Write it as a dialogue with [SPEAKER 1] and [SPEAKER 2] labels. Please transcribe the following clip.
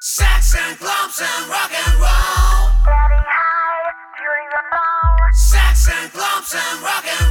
[SPEAKER 1] Sex and clumps and rock and roll.
[SPEAKER 2] Getting high, doing the ball.
[SPEAKER 1] Sex and clumps and rock and roll.